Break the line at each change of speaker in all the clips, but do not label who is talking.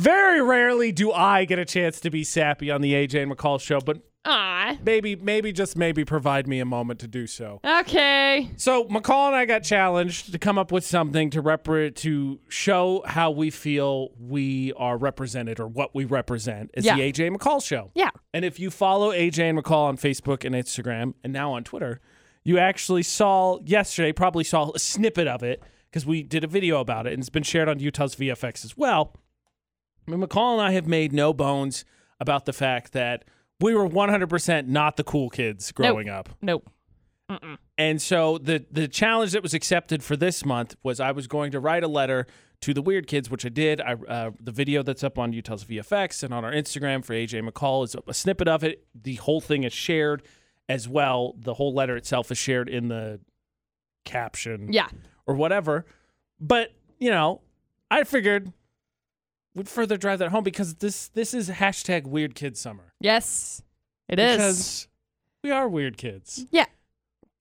Very rarely do I get a chance to be sappy on the AJ and McCall show, but
Aw.
maybe, maybe just maybe provide me a moment to do so.
Okay.
So McCall and I got challenged to come up with something to rep- to show how we feel we are represented or what we represent as
Yeah.
the AJ McCall show.
Yeah.
And if you follow AJ and McCall on Facebook and Instagram and now on Twitter, you actually saw yesterday, probably saw a snippet of it because we did a video about it and it's been shared on Utah's VFX as well. I mean, McCall and I have made no bones about the fact that we were 100% not the cool kids growing up.
Nope. Mm-mm.
And so the the challenge that was accepted for this month was I was going to write a letter to the weird kids, which I did. I uh, the video that's up on Utah's VFX and on our Instagram for AJ McCall is a snippet of it. The whole thing is shared as well. The whole letter itself is shared in the caption
Yeah.
or whatever. But you know, I figured would further drive that home because this this is hashtag Weird Kid Summer.
Yes. It is.
Because we are weird kids.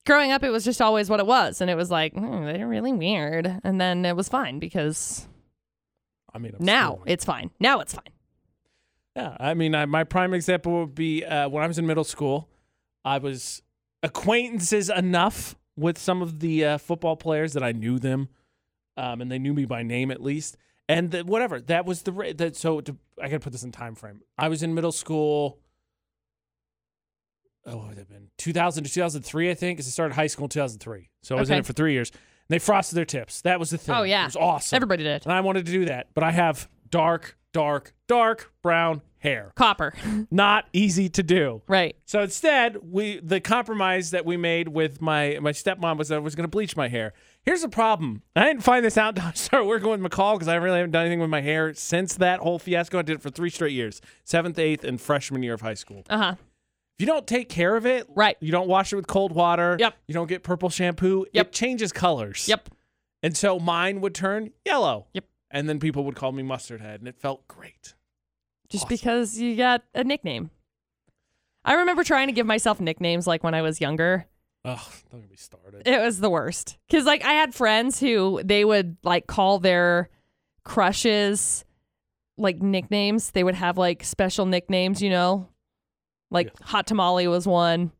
Growing up, it was just always what it was, and it was like hmm, they're really weird, and then it was fine because
I mean, I'm
now
still-
it's fine. Now it's fine.
Yeah, I mean, I, my prime example would be uh, when I was in middle school. I was acquaintances enough with some of the uh, football players that I knew them, um, and they knew me by name at least. And the, whatever that was the ra- that so to, I gotta put this in time frame. I was in middle school. Oh, what would that have been 2000 to 2003, I think, because I started high school in 2003. So I was in
Okay.
it for three years. And they frosted their tips. That was the thing.
Oh, yeah.
it was awesome.
Everybody did.
and I wanted to do that, but I have dark, dark, dark brown hair
Copper.
not easy to do.
right.
So instead, we the compromise that we made with my my stepmom was that I was going to bleach my hair. Here's the problem: I didn't find this out until I started working with McCall because I really haven't done anything with my hair since that whole fiasco. I did it for three straight years: seventh, eighth, and freshman year of high school.
Uh huh.
If you don't take care of it,
Right.
you don't wash it with cold water.
Yep.
You don't get purple shampoo.
Yep.
It changes colors.
Yep.
And so mine would turn yellow.
Yep.
And then people would call me mustard head, and it felt great.
Just
Awesome.
because you got a nickname. I remember trying to give myself nicknames like when I was younger.
Oh, don't get me started.
It was the worst. Cause like I had friends who they would like call their crushes like nicknames. They would have like special nicknames, you know? Like Hot Tamale was one.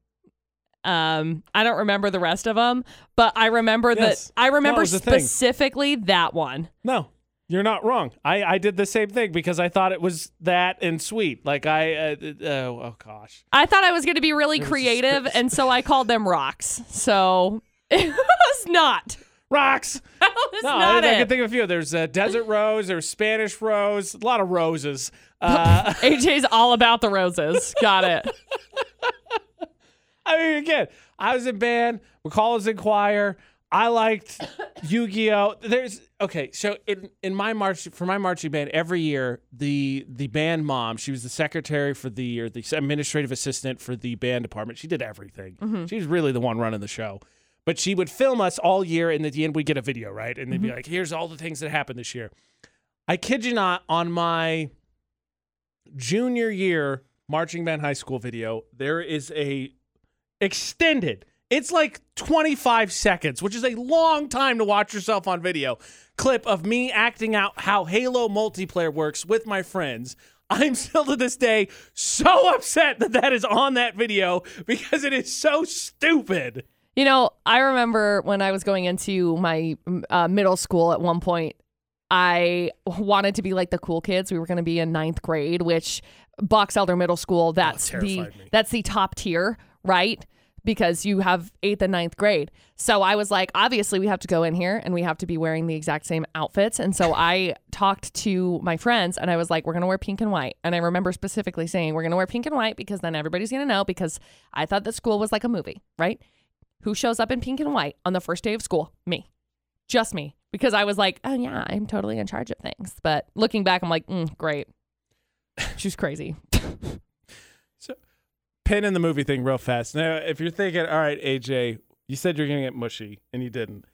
Um, I don't remember the rest of them, but I remember
Yes.
that I remember
was a thing.
specifically that one.
No, you're not wrong. I, I did the same thing because I thought it was that and sweet. Like I, uh, uh, oh, oh gosh,
I thought I was going to be really
was a
creative,
space.
and so I called them rocks. So it was not.
rocks.
That was
No, I,
not
I can
it.
think of a few. There's uh, desert rose. There's Spanish rose. A lot of roses. Uh,
AJ's all about the roses. Got it.
I mean, again, I was in band. McCall was in choir. I liked Yu-Gi-Oh. There's okay. So in in my march for my marching band every year, the the band mom, she was the secretary for the or the administrative assistant for the band department. She did everything. She was really the one running the show. But she would film us all year, and at the end, we get a video, right? And they'd be like, "Here's all the things that happened this year." I kid you not, on my junior year marching band high school video, there is a extended. It's like 25 seconds, which is a long time to watch yourself on video. Clip of me acting out how Halo multiplayer works with my friends. I'm still to this day so upset that that is on that video because it is so stupid.
You know, I remember when I was going into my m- uh, middle school at one point, I wanted to be like the cool kids. We were going to be in ninth grade, which Box Elder Middle School, that's the
Oh, terrified me.
that's the top tier, right? Because you have eighth and ninth grade. So I was like, obviously, we have to go in here and we have to be wearing the exact same outfits. And so I talked to my friends and I was like, we're going to wear pink and white. And I remember specifically saying, we're going to wear pink and white because then everybody's going to know because I thought that school was like a movie, right? Who shows up in pink and white on the first day of school? Me. Just me. Because I was like, oh, yeah, I'm totally in charge of things. But looking back, I'm like, mm, great. She's crazy.
Pin in the movie thing real fast. Now, if you're thinking, all right, AJ, you said you're going to get mushy and you didn't.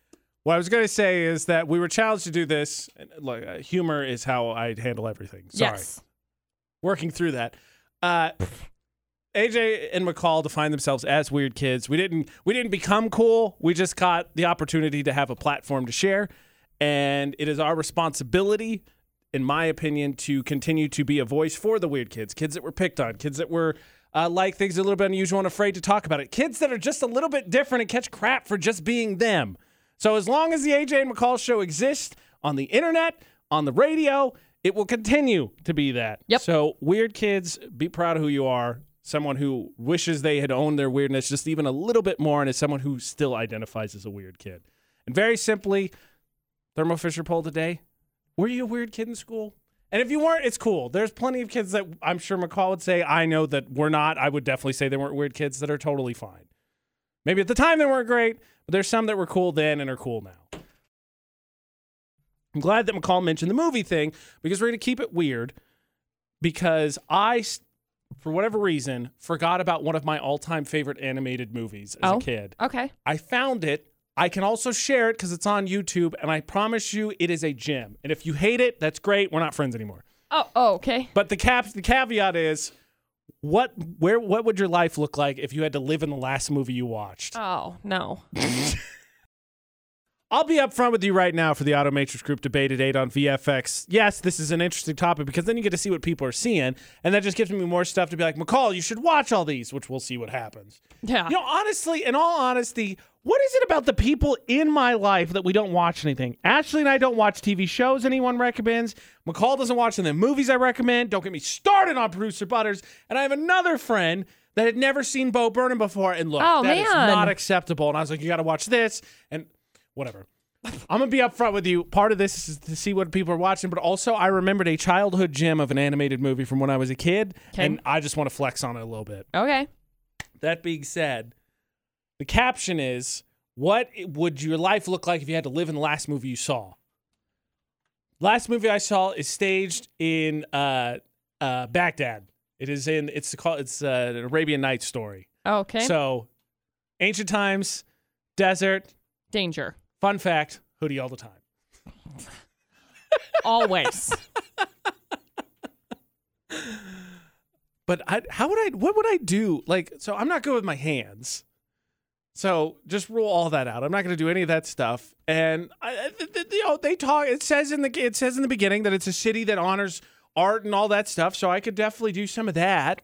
What I was going to say is that we were challenged to do this. And look, uh, humor is how I handle everything. Sorry.
Yes.
working through that. Uh, AJ and McCall define themselves as weird kids. We didn't we didn't become cool. We just got the opportunity to have a platform to share, and it is our responsibility in my opinion, to continue to be a voice for the weird kids, kids that were picked on, kids that were uh, like things a little bit unusual and afraid to talk about it, kids that are just a little bit different and catch crap for just being them. So as long as the AJ and McCall show exists on the internet, on the radio, it will continue to be that.
Yep.
So weird kids, be proud of who you are. Someone who wishes they had owned their weirdness just even a little bit more, and is someone who still identifies as a weird kid. And very simply, Thermo Fisher poll today. Were you a weird kid in school? And if you weren't, it's cool. There's plenty of kids that I'm sure McCall would say, I know that we're not. I would definitely say they weren't weird kids that are totally fine. Maybe at the time they weren't great, but there's some that were cool then and are cool now. I'm glad that McCall mentioned the movie thing because we're going to keep it weird because I, s- for whatever reason, forgot about one of my all time favorite animated movies as
Oh.
a kid.
Okay.
I found it. I can also share it because it's on YouTube, and I promise you, it is a gem. And if you hate it, that's great. We're not friends anymore.
Oh, oh okay.
But the cap, the caveat is, what, where, what would your life look like if you had to live in the last movie you watched?
Oh, no.
I'll be up front with you right now for the Automatrix Group debate at 8 on VFX. Yes, this is an interesting topic because then you get to see what people are seeing. And that just gives me more stuff to be like, McCall, you should watch all these, which we'll see what happens.
Yeah.
You know, honestly, in all honesty, what is it about the people in my life that we don't watch anything? Ashley and I don't watch TV shows anyone recommends. McCall doesn't watch any of the movies I recommend. Don't get me started on producer Butters. And I have another friend that had never seen Bo Burnham before. And look,
Oh,
that is
man.
not acceptable. And I was like, you got to watch this and whatever. I'm gonna be upfront with you. Part of this is to see what people are watching, but also I remembered a childhood gem of an animated movie from when I was a kid,
Okay.
and I just want to flex on it a little bit.
Okay.
That being said, the caption is What would your life look like if you had to live in the last movie you saw? Last movie I saw is staged in uh, uh, Baghdad. It is in, it's called, it's uh, an Arabian Nights story.
Okay.
So, ancient times, desert.
Danger.
Fun fact hoodie all the time.
Always.
But I, how would I, what would I do? Like, so I'm not good with my hands. So just rule all that out. I'm not going to do any of that stuff. And I, I- th- th- you know, they talk. It says in the it says in the beginning that it's a city that honors art and all that stuff. So I could definitely do some of that.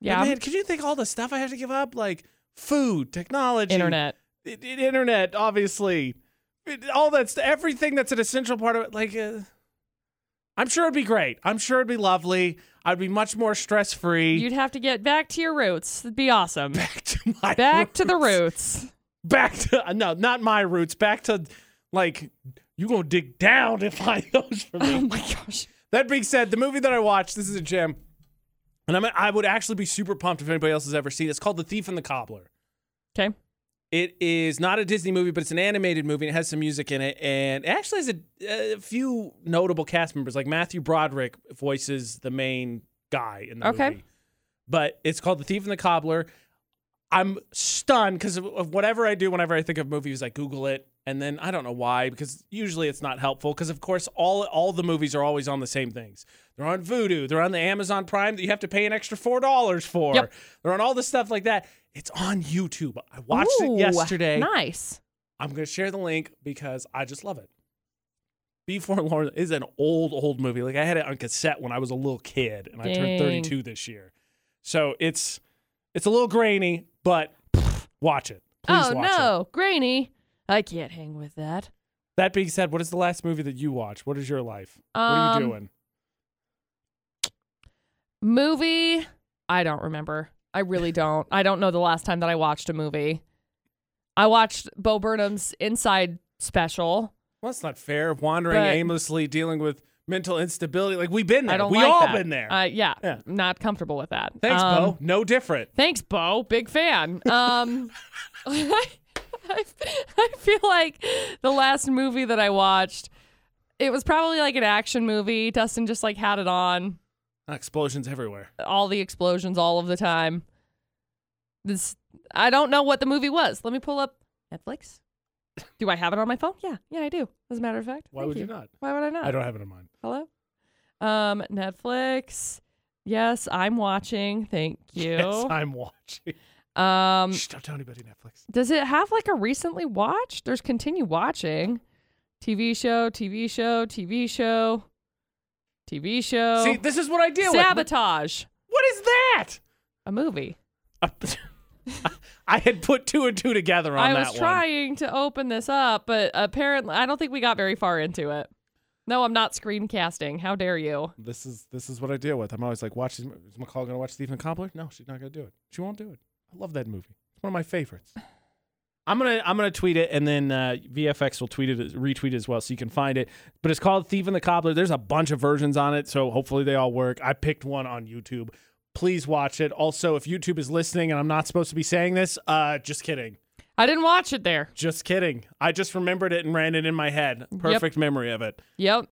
Yeah.
But man, could you think all the stuff I have to give up, like food, technology,
Internet.
it, it- internet, obviously, It- all that's everything that's an essential part of it. Like, uh, I'm sure it'd be great. I'm sure it'd be lovely. I'd be much more stress free.
You'd have to get back to your roots. It'd be awesome.
back to my
Back to the
roots.
roots.
back to no, not my roots. Back to like you gonna dig down to find those for
Oh
me.
my gosh.
that being said, the movie that I watched, this is a gem, and I'm I would actually be super pumped if anybody else has ever seen. it. It's called The Thief and the Cobbler.
Okay.
It is not a Disney movie, but it's an animated movie. And it has some music in it, and it actually has a, a few notable cast members. Like Matthew Broderick voices the main guy in the
Okay.
movie. But it's called The Thief and the Cobbler. I'm stunned because of, of whatever I do whenever I think of movies, I Google it, and then I don't know why because usually it's not helpful because of course all all the movies are always on the same things. They're on Vudu, they're on the Amazon Prime that you have to pay an extra four dollars for.
Yep.
They're on all the stuff like that. It's on YouTube. I watched
Ooh,
it yesterday.
Nice.
I'm gonna share the link because I just love it. Before Lauren is an old, old movie. Like I had it on cassette when I was a little kid, and I
Dang.
turned 32 this year. So it's it's a little grainy, but watch it. Please
oh
watch it.
no, grainy. I can't hang with that.
That being said, what is the last movie that you watched? What is your life? what are
Um,
you doing?
Movie. I don't remember. I really don't. I don't know the last time that I watched a movie. I watched Bo Burnham's Inside special.
Well, that's not fair. Wandering
but-
aimlessly, dealing with mental instability. Like we've been there.
I don't
we
like
all
that.
been there.
Uh, yeah,
Yeah.
Not comfortable with that.
Thanks,
Um,
Bo. No different.
Thanks, Bo. Big fan. Um, I, I feel like the last movie that I watched, it was probably like an action movie. Dustin just like had it on,
Explosions everywhere.
all the explosions all of the time. This I don't know what the movie was. Let me pull up Netflix. Do I have it on my phone? Yeah, yeah, I do. As a matter of fact.
Why
Thank
would you not?
Why would I not?
I don't have it in mind.
Hello? Um, Netflix. Yes, I'm watching. Thank you.
Yes, I'm watching.
um,
Shh, don't tell anybody Netflix.
does it have like a recently watched? There's continue watching. TV show, TV show, TV show. TV show.
See, this is what I deal with.
Sabotage,
What is that?
a movie.
I had put two and two together on
I
that
was trying to open this up, but apparently, I don't think we got very far into it. No, I'm not screencasting. How dare you?
one. This is this is what I deal with. I'm always like, watch these mo- is McCall gonna watch Stephen Cobbler? No, she's not gonna do it. She won't do it. I love that movie. It's one of my favorites. I'm gonna I'm gonna tweet it and then uh, VFX will tweet it as- retweet it as well so you can find it. But it's called Thief and the Cobbler. There's a bunch of versions on it, so hopefully they all work. I picked one on YouTube. Please watch it. Also, if YouTube is listening and I'm not supposed to be saying this, uh, just kidding.
I didn't watch it there.
Just kidding. I just remembered it and ran it in my head. Perfect memory of it.
Yep.